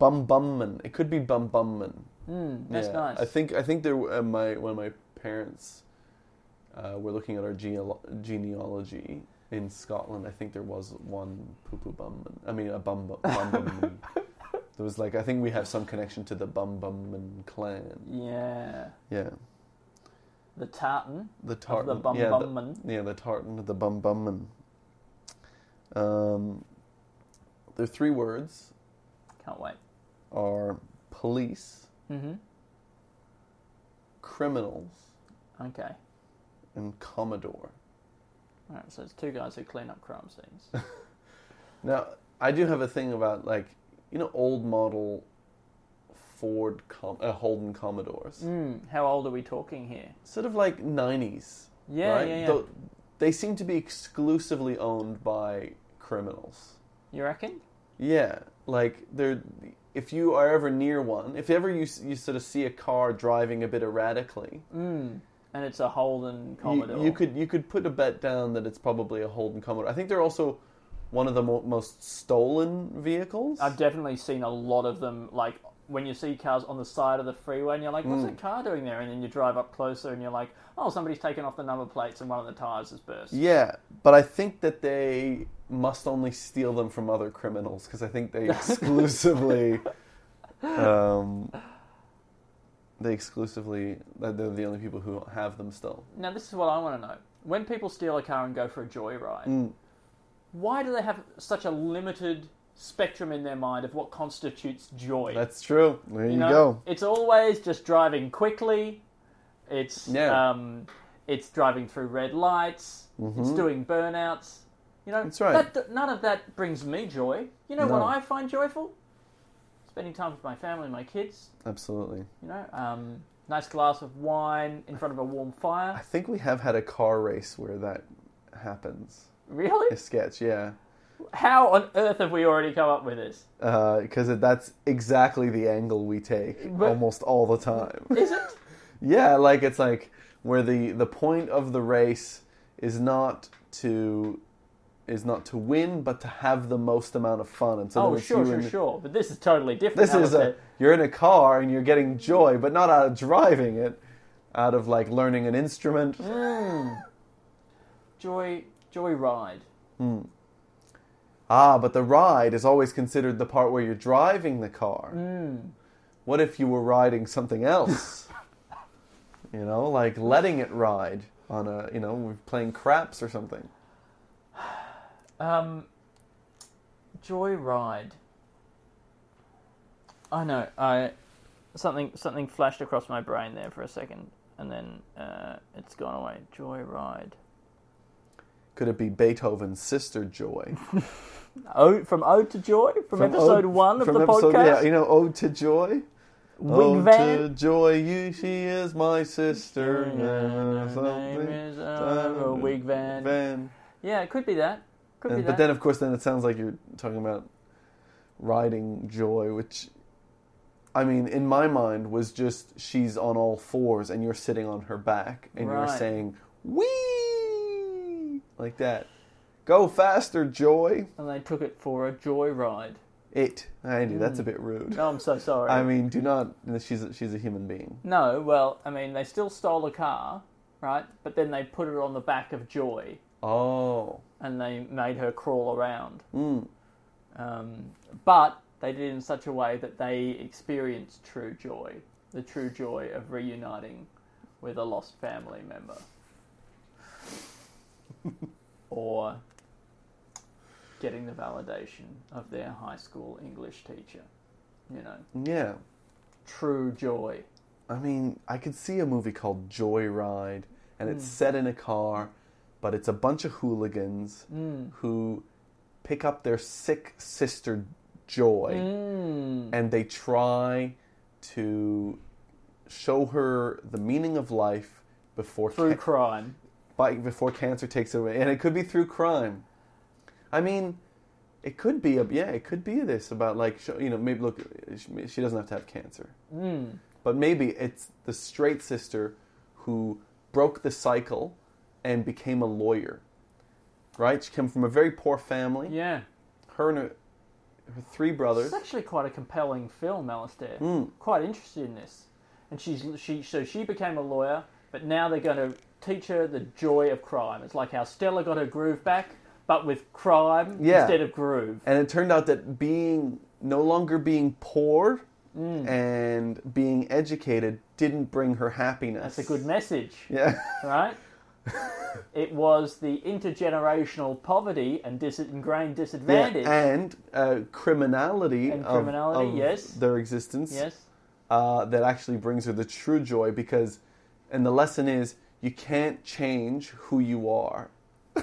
D: Bum Bumman. It could be Bum Bumman.
C: Hmm, That's nice.
D: I think I think there uh, my when my parents uh, were looking at our geneal- genealogy in Scotland. I think there was one poo poo bum. I mean a bum bum. bum,
C: [LAUGHS]
D: bum. There was like I think we have some connection to the bum bum and clan.
C: yeah.
D: Yeah,
C: The tartan.
D: the tartan.
C: Of the bum
D: yeah,
C: bum man.
D: The, yeah, the tartan of the bum bum and. Um, the three words
C: Can't wait.
D: are police,
C: Mm-hmm.
D: criminals,
C: Okay.
D: and commodore.
C: All right. So it's two guys who clean up
D: [LAUGHS]
C: crime scenes.
D: Now, I do have a thing about like you know old model Ford Com- uh, Holden Commodores,
C: Mm. Hmm, How old are we talking here?
D: sort of like nineties.
C: Yeah, yeah, yeah.
D: they seem to be exclusively owned by criminals.
C: You reckon?
D: Yeah, like they're if you are ever near one, if ever you s- you sort of see a car driving a bit erratically,
C: And it's a Holden Mm-hmm. Commodore.
D: you, you could you could put a bet down that it's probably a Holden Commodore. I think they're also one of the mo- most stolen vehicles.
C: I've definitely seen a lot of them. Like when you see cars on the side of the freeway, and you're like, "What's that car doing there?" And then you drive up closer, and you're like, "Oh, somebody's taken off the number plates, and one of the tires has burst."
D: Yeah, but I think that they must only steal them from other criminals because I think
C: [LAUGHS]
D: they exclusively, um, they exclusively that they're the only people who have them still.
C: Now, this is what I want to know: when people steal a car and go for a joyride, why do they have such a limited spectrum in their mind of what constitutes joy?
D: That's true. There you,
C: know,
D: go.
C: It's always just driving quickly. It's
D: Yeah.
C: um, it's driving through red lights. It's doing burnouts. You know,
D: Mm-hmm. That's right.
C: That, none of that brings me joy. You know
D: No.
C: what I find joyful? Spending time with my family, and my kids.
D: Absolutely.
C: You know, um, nice glass of wine in front of a warm fire.
D: I think we have had a car race where that happens.
C: Really?
D: A sketch, yeah,
C: How on earth have we already come up with this?
D: because Uh, that's exactly the angle we take
C: But-
D: almost all the time. [LAUGHS]
C: Is it?
D: Yeah, like it's like where the the point of the race is not to is not to win, but to have the most amount of fun. And so then
C: oh,
D: it's
C: sure,
D: you
C: sure,
D: and-
C: sure. But this is totally different.
D: This is a
C: Alistair.
D: you're in a car and you're getting joy, but not out of driving it, out of like learning an
C: Mm.
D: instrument.
C: joy, joy ride.
D: Ah, but the ride is always considered the part where you're driving the car.
C: Hmm.
D: What if you were riding something
C: [LAUGHS]
D: else? you know, like letting it ride on a, you know, we're playing craps or something.
C: Um, Joyride. I know. I something something flashed across my brain there for a second, and then uh, it's gone away. Joyride.
D: Could it be Beethoven's sister Joy?
C: O Oh, from O to Joy [LAUGHS] from, episode
D: Ode-
C: one of
D: from
C: the
D: episode-
C: podcast.
D: Yeah, you know, Ode to Joy.
C: Wing
D: Ode to
C: Van.
D: Joy, you she is my sister.
C: Her
D: something.
C: name is uh, Wig Van.
D: Van.
C: Yeah, it could be that. Could be
D: And,
C: that.
D: but then, of course, then it sounds like you're talking about riding joy, which, I mean, in my mind was just she's on all fours and you're sitting on her back and you're
C: Right.
D: saying wee like that. Go faster, joy.
C: and they took it for a joyride.
D: It. Andy, that's a bit rude.
C: Oh, I'm so sorry.
D: [LAUGHS] I mean, do not. She's a, she's a human being.
C: no, well, I mean, they still stole a car, right? But then they put it on the back of Joy
D: Oh,
C: and they made her crawl around. Um, but they did it in such a way that they experienced true joy the true joy of reuniting with a lost family member. or getting the validation of their high school English teacher. You know,
D: yeah.
C: true joy.
D: I mean, I could see a movie called Joyride, and it's set in a car, but it's a bunch of hooligans who pick up their sick sister Joy, and they try to show her the meaning of life before
C: True
D: ca-
C: crime.
D: by, before cancer takes it away, and it could be through crime. I mean, it could be a yeah, it could be this about like show, you know maybe look she- she doesn't have to have cancer, mm.
C: Hmm.
D: but maybe it's the straight sister who broke the cycle and became a lawyer. Right, she came from a very poor family.
C: Yeah.
D: Her and her, her three brothers.
C: It's actually quite a compelling film, Alistair.
D: Hmm.
C: Quite interested in this. And she's she so she became a lawyer, but now they're going to teach her the joy of crime. It's like how Stella got her groove back, but with crime
D: Yeah.
C: instead of groove.
D: and it turned out that being no longer being poor
C: Hmm.
D: and being educated didn't bring her happiness.
C: That's a good message,
D: [LAUGHS] Yeah.
C: right? [LAUGHS] it was the intergenerational poverty and dis- ingrained
D: Yeah,
C: disadvantage.
D: and uh, criminality,
C: And
D: of-
C: criminality,
D: of,
C: yes.
D: their existence
C: yes.
D: uh, that actually brings her the true joy because, and the lesson is you can't change who you are.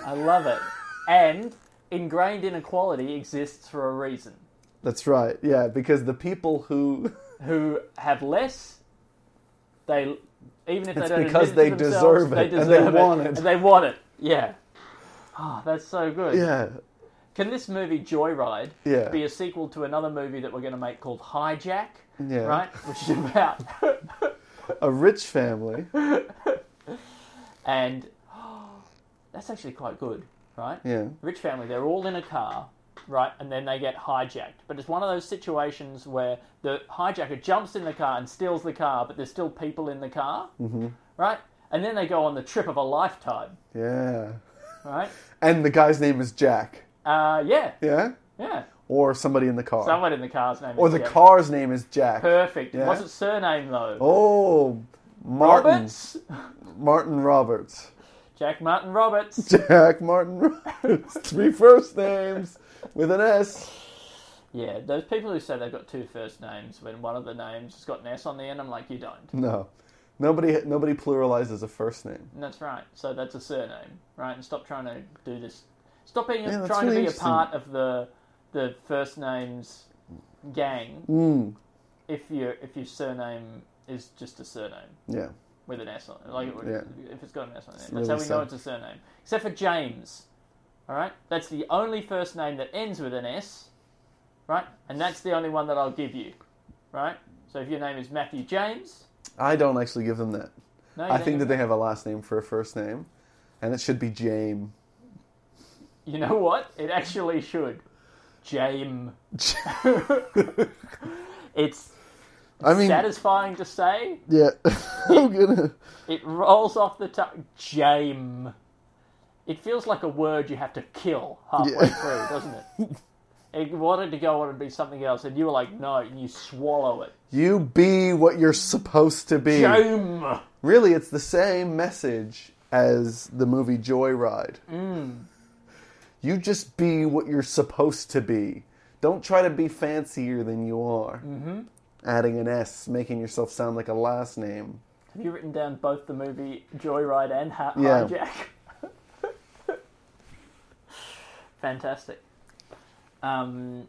C: I love it. and ingrained inequality exists for a reason.
D: That's right, yeah, because the people who [LAUGHS]
C: who have less, they even if
D: It's
C: they don't
D: because
C: admit
D: they
C: to themselves,
D: deserve it,
C: they
D: and they
C: deserve it,
D: want it.
C: and they want it. Yeah. Oh, that's so good.
D: yeah
C: Can this movie Joyride
D: Yeah.
C: be a sequel to another movie that we're going to make called Hijack?
D: Yeah.
C: Right, which is about [LAUGHS]
D: a rich family
C: and [GASPS] that's actually quite good, right?
D: yeah
C: Rich family, they're all in a car, right? And then they get hijacked. But it's one of those situations where the hijacker jumps in the car and steals the car, but there's still people in the car, mm-hmm. right? And then they go on the trip of a lifetime,
D: yeah
C: right?
D: and the guy's name is Jack
C: Uh, yeah,
D: yeah
C: yeah.
D: or somebody in the car
C: Someone in the car's name.
D: or
C: is
D: the
C: Jack.
D: car's name is Jack
C: Perfect.
D: Yeah.
C: What's its surname though?
D: oh Martin
C: Roberts.
D: Martin Roberts
C: Jack
D: [LAUGHS]
C: Martin Roberts.
D: Jack Martin Roberts. [LAUGHS] Three first names with an S.
C: yeah, those people who say they've got two first names when one of the names has got an S on the end, I'm like, you don't.
D: No, nobody nobody pluralizes a first name.
C: And That's right. So that's a surname, right? And stop trying to do this. Stop being
D: that's
C: trying
D: really
C: to be a
D: interesting.
C: part of the the first names gang.
D: Mm.
C: If your if your surname is just a surname
D: Yeah,
C: with an S on it, like it would,
D: Yeah.
C: if it's got an S on it, that's
D: really
C: how we know
D: sad.
C: it's a surname. Except for James, all right. That's the only first name that ends with an S, right? And that's the only one that I'll give you, right? So if your name is Matthew James,
D: I don't actually give them that.
C: no, you
D: I
C: don't
D: think
C: give
D: that they
C: a-
D: have a last name for a first name, and it should be James.
C: You know what? It actually should. Jame. It's
D: I mean,
C: satisfying to say.
D: yeah, [LAUGHS] I'm gonna.
C: It rolls off the tongue. Jame. it feels like a word you have to kill halfway through, doesn't it? It wanted to go on and be something else, and you were like, no, and you swallow it.
D: You be what you're supposed to be.
C: Boom!
D: Really, it's the same message as the movie Joyride.
C: Mm.
D: You just be what you're supposed to be. Don't try to be fancier than you are. Mm-hmm. Adding an S, making yourself sound like a last name.
C: Have you written down both the movie Joyride and ha-
D: Yeah.
C: Hijack? [LAUGHS] Fantastic. Um,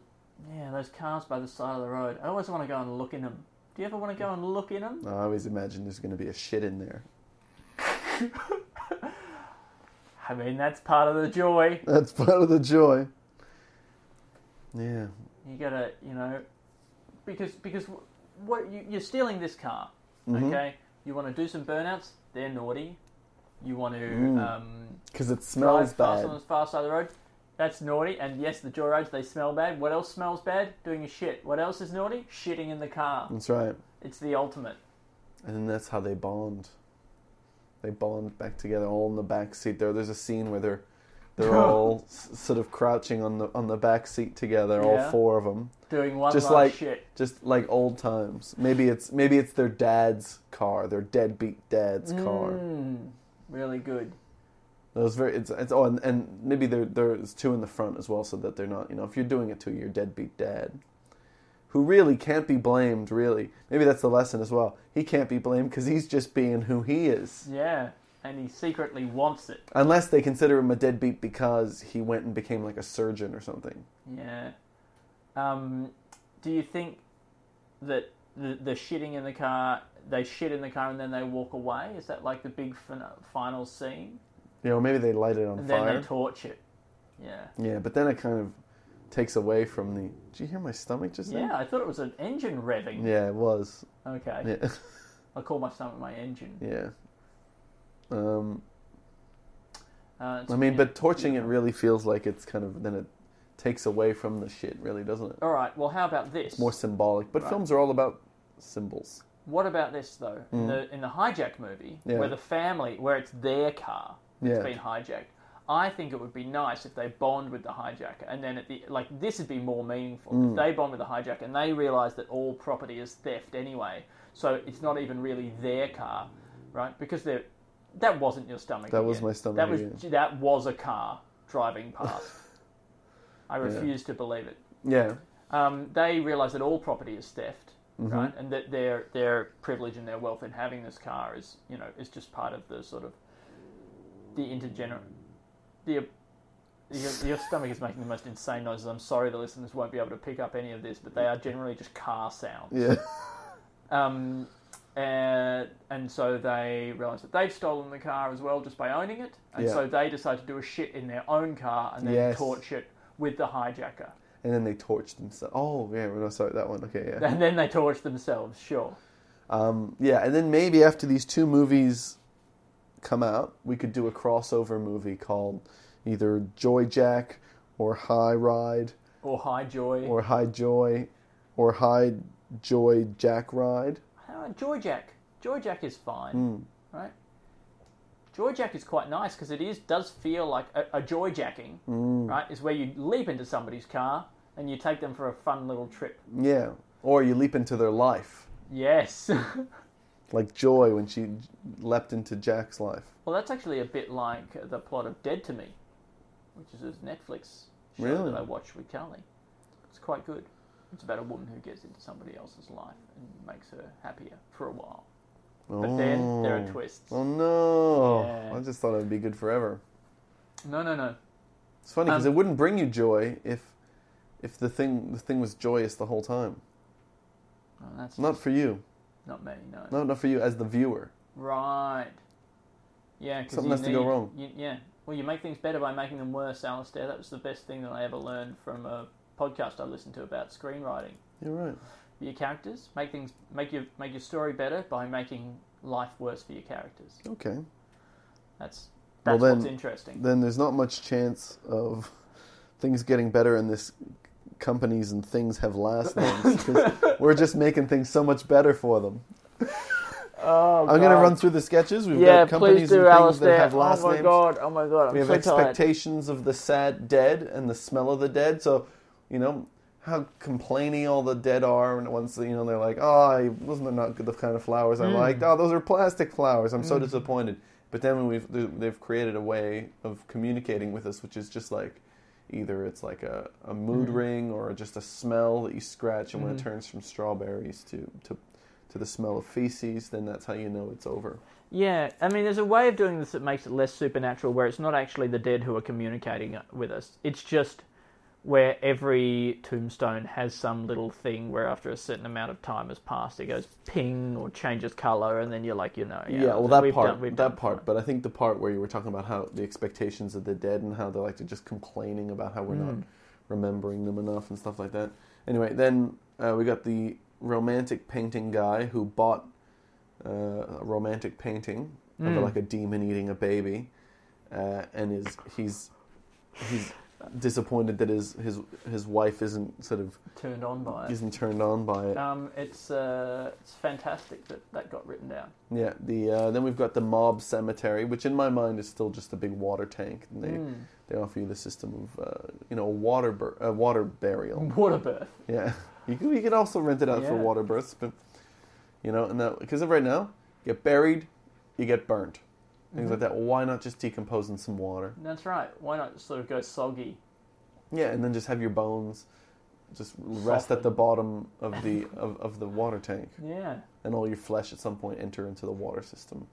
C: yeah, those cars by the side of the road. I always want to go and look in them. Do you ever want to go and look in them?
D: I always imagine there's going to be a shit in there. [LAUGHS]
C: I mean, that's part of the joy.
D: That's part of the joy. Yeah.
C: You gotta, you know, because because what you, you're stealing this car, okay? You want to do some burnouts? They're naughty. You want to um,
D: Because it smells
C: drive fast on the
D: bad.
C: far side of the road. That's naughty. And yes, the joyrides they smell bad. What else smells bad? Doing your shit. What else is naughty? Shitting in the car.
D: That's right.
C: It's the ultimate.
D: And then that's how they bond. They bond back together, all in the back seat. There, there's a scene where they're
C: [LAUGHS]
D: they're all s- sort of crouching on the on the back seat together, all
C: Yeah.
D: four of them,
C: Doing one
D: just
C: last
D: like
C: shit.
D: just like old times. Maybe it's maybe it's their dad's car, their deadbeat dad's
C: Mm.
D: car.
C: Really good.
D: It was very. It's, it's oh, and, and maybe there there's two in the front as well, so that they're not. You know, if you're doing it to your deadbeat dad, who really can't be blamed. Really, maybe that's the lesson as well. He can't be blamed because he's just being who he is.
C: Yeah. And he secretly wants it.
D: Unless they consider him a deadbeat because he went and became like a surgeon or something.
C: Yeah. Um, do you think that the, the shitting in the car, they shit in the car and then they walk away? Is that like the big fin- final scene?
D: You know, maybe they light it on
C: And
D: fire.
C: then they torch it. Yeah.
D: yeah, but then it kind of takes away from the. Did you hear my stomach just then?
C: Yeah, I thought it was an engine revving.
D: Yeah, it was.
C: Okay.
D: Yeah, [LAUGHS]
C: I call my stomach my engine.
D: yeah. Um,
C: Uh, it's-
D: I mean, but torching it really feels like it's kind of then it takes away from the shit, really, doesn't it?
C: all right. Well, how about this?
D: More symbolic. But films are all about symbols.
C: What about this though? In the in the hijack movie,
D: Mm. Yeah.
C: where the family, where it's their car,
D: Yeah.
C: that's been hijacked. I think it would be nice if they bond with the hijacker, and then at the like this would be more meaningful.
D: Mm.
C: If they bond with the hijacker, and they realise that all property is theft anyway, so it's not even really their car, right? Because they're that wasn't your stomach.
D: That was
C: again.
D: my stomach
C: That was
D: again.
C: that was a car driving
D: [LAUGHS]
C: past. I refuse to believe it
D: Yeah.
C: um, they realise that all property is theft,
D: Mm-hmm.
C: right? And that their their privilege and their wealth in having this car is you know is just part of the sort of the intergener the your, your stomach is making the most insane noises. I'm sorry, the listeners won't be able to pick up any of this, but they are generally just car sounds.
D: Yeah. [LAUGHS]
C: Um, and, and so they realise that they've stolen the car as well just by owning it, and
D: Yeah.
C: so they decide to do a shit in their own car and then
D: Yes.
C: torch it with the hijacker. [LAUGHS]
D: And then they torch themselves. Oh, yeah, no, sorry, that one. Okay, yeah.
C: And then they torch themselves, sure.
D: Yeah, and then maybe after these two movies come out, we could do a crossover movie called either Joy Jack or High Ride
C: Or High Joy.
D: or High Joy or High Joy Jack Ride.
C: Uh, Joy Jack. Joy Jack is fine,
D: Hmm.
C: right? Joy Jack is quite nice because it is does feel like a, a joy jacking,
D: Hmm.
C: right? Is where you leap into somebody's car and you take them for a fun little trip.
D: Yeah, or you leap into their life,
C: Yes. [LAUGHS]
D: like Joy when she leapt into Jack's life.
C: well, that's actually a bit like the plot of Dead to Me, which is a Netflix show
D: Really?
C: that I watched with Carly. It's quite good. It's about a woman who gets into somebody else's life and makes her happier for a while. But then there are twists.
D: Oh no!
C: Yeah.
D: I just thought it would be good forever.
C: No, no, no.
D: It's funny because
C: Um,
D: it wouldn't bring you joy if if the thing the thing was joyous the whole time.
C: Oh, that's
D: Not for you.
C: not me, no.
D: No, not for you as the viewer.
C: Right. Yeah, 'cause
D: Something
C: you
D: has to go
C: need-
D: wrong.
C: you- yeah. Well, you make things better by making them worse, Alistair. That was the best thing that I ever learned from a podcast I listened to about screenwriting.
D: You're right.
C: For your characters, make things make your make your story better by making life worse for your characters.
D: Okay.
C: That's
D: Well,
C: that's what's
D: then-
C: interesting.
D: Then there's not much chance of things getting better in this companies and
C: [LAUGHS]
D: things have last names 'cause we're just making things so much better for them. I'm going to run through the sketches. We've
C: Oh, Yeah,
D: got
C: please
D: companies
C: do,
D: and things
C: Alistair.
D: that have last
C: oh my
D: names.
C: god, oh my god, I'm
D: We have
C: so tired.
D: expectations of the sad dead and the smell of the dead. So, you know, how complaining all the dead are. And once, you know, they're like, oh, wasn't there not good, the kind of flowers I liked? Oh, those are plastic flowers. I'm so disappointed. But then we've, they've they've created a way of communicating with us, which is just like either it's like a, a mood ring or just a smell that you scratch. And when it turns from strawberries to, to, to the smell of feces, then that's how you know it's over.
C: Yeah, I mean, there's a way of doing this that makes it less supernatural, where it's not actually the dead who are communicating with us. It's just where every tombstone has some little thing where after a certain amount of time has passed, it goes ping or changes color, and then you're like, you know, yeah,
D: Yeah, well, that
C: we've
D: part,
C: done- we've done
D: that part. But I think the part where you were talking about how the expectations of the dead and how they're like they're just complaining about how we're
C: Hmm.
D: not remembering them enough and stuff like that. Anyway, then uh, we got the romantic painting guy who bought uh, a romantic painting
C: Hmm.
D: of like a demon eating a baby, uh, and is he's he's disappointed that his his his wife isn't sort of
C: turned on by it.
D: isn't turned on by it.
C: Um, it's uh, it's fantastic that that got written down. [LAUGHS]
D: Yeah, the uh, then we've got the mob cemetery, which in my mind is still just a big water tank. And they
C: Hmm.
D: they offer you the system of uh, you know a water bur- a water burial.
C: Water birth.
D: yeah, [LAUGHS] you could, you could also rent it out for
C: Hmm. Yeah.
D: water births, but you know, and that because right now you get buried, you get burnt, things like that.
C: Mm-hmm.
D: Why not just decompose in some water?
C: That's right. Why not sort of go soggy?
D: Yeah, and then just have your bones just rest at
C: Soften.
D: the bottom of the of, of the water tank,
C: Yeah,
D: and all your flesh at some point enter into the water system.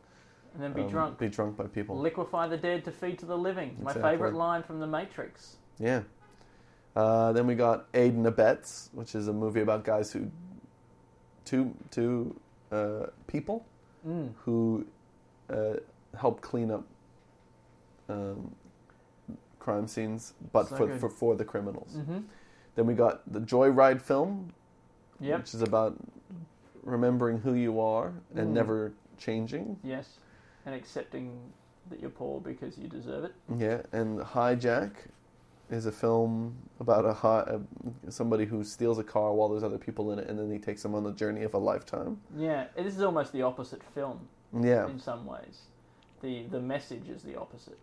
C: and then be
D: Um,
C: drunk.
D: Be drunk by people.
C: Liquefy the dead to feed to the living. My
D: Exactly.
C: favourite line from The Matrix.
D: Yeah. Uh, then we got Aid and Abets, which is a movie about guys who, two two uh, people
C: Mm.
D: who uh, help clean up um, crime scenes, but
C: So
D: for,
C: good. Mm-hmm.
D: for for the criminals. Then we got the Joyride film,
C: Yep.
D: which is about remembering who you are and
C: Mm.
D: never changing.
C: Yes, and accepting that you're poor because you deserve it.
D: Yeah, and Hijack is a film about a hi- uh, somebody who steals a car while there's other people in it, and then he takes them on the journey of a lifetime.
C: Yeah, and this is almost the opposite film
D: Yeah.
C: in some ways. The the message is the opposite.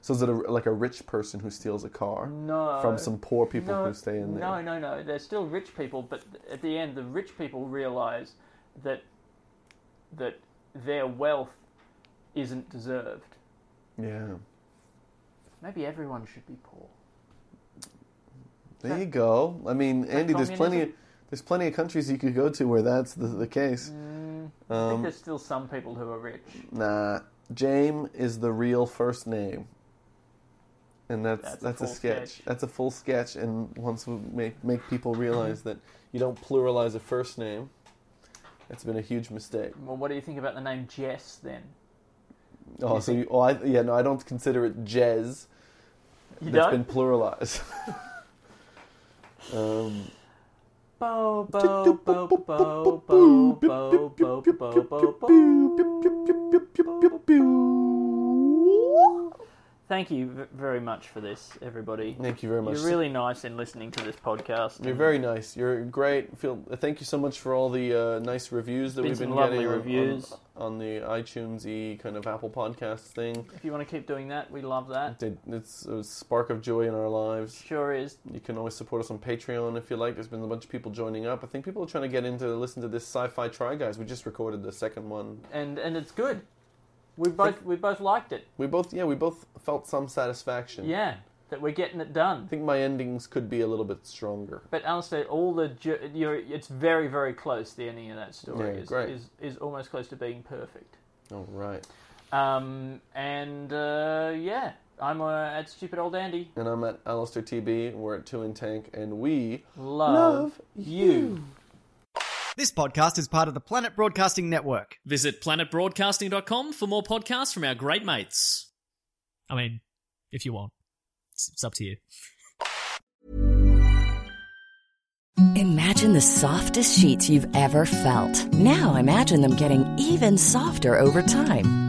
D: So is it a, like a rich person who steals a car
C: No.
D: from some poor people
C: no,
D: who stay in there?
C: No, no, no. They're still rich people, but at the end, the rich people realize that that their wealth isn't deserved.
D: Yeah.
C: Maybe everyone should be poor.
D: There you go. I mean, Andy, there's plenty. Of,
C: communism?
D: there's plenty of countries you could go to where that's the, the case.
C: I
D: Um,
C: think there's still some people who are rich.
D: Nah, James is the real first name, and that's
C: That's
D: that's,
C: a
D: a,
C: full
D: sketch.
C: sketch.
D: That's a full sketch, and once we make make people realize that you don't pluralize a first name, that's been a huge mistake.
C: Well, what do you think about the name Jess then?
D: Oh, so you, oh, I, yeah, no, I don't consider it Jez.
C: You
D: That's been
C: don't.
D: pluralized. um,
C: Bo bo bo bo bo bo bo bo bo bo bo. Thank you v- very much for this, everybody.
D: Thank you very much.
C: You're really nice in listening to this podcast.
D: You're very nice. You're great. Feel thank you so much for all the uh, nice reviews that
C: Been
D: we've
C: some
D: been
C: lovely
D: getting on-
C: reviews.
D: on, on the iTunes kind of Apple Podcast thing.
C: If you want to keep doing that, we love that.
D: Did- It's a spark of joy in our lives.
C: Sure is.
D: You can always support us on Patreon if you like. There's been a bunch of people joining up. I think people are trying to get into listen to this sci-fi try guys. We just recorded the second one.
C: And and it's good. We both we both liked it.
D: We both yeah we both felt some satisfaction.
C: Yeah, that we're getting it
D: I
C: done.
D: think my endings could be a little bit stronger.
C: But Alistair, all the ju- you're, it's very very close. The ending of that story
D: Yeah,
C: is,
D: great.
C: is is almost close to being perfect.
D: All right.
C: Um, and uh, yeah, I'm uh, at Stupid Old Andy.
D: And I'm at Alistair TB. We're at Two in Tank, and we
C: Love, you.
A: This podcast is part of the Planet Broadcasting Network.
B: Visit planetbroadcasting.com for more podcasts from our great mates. I mean, if you want, it's, it's up to you.
G: Imagine the softest sheets you've ever felt. Now imagine them getting even softer over time.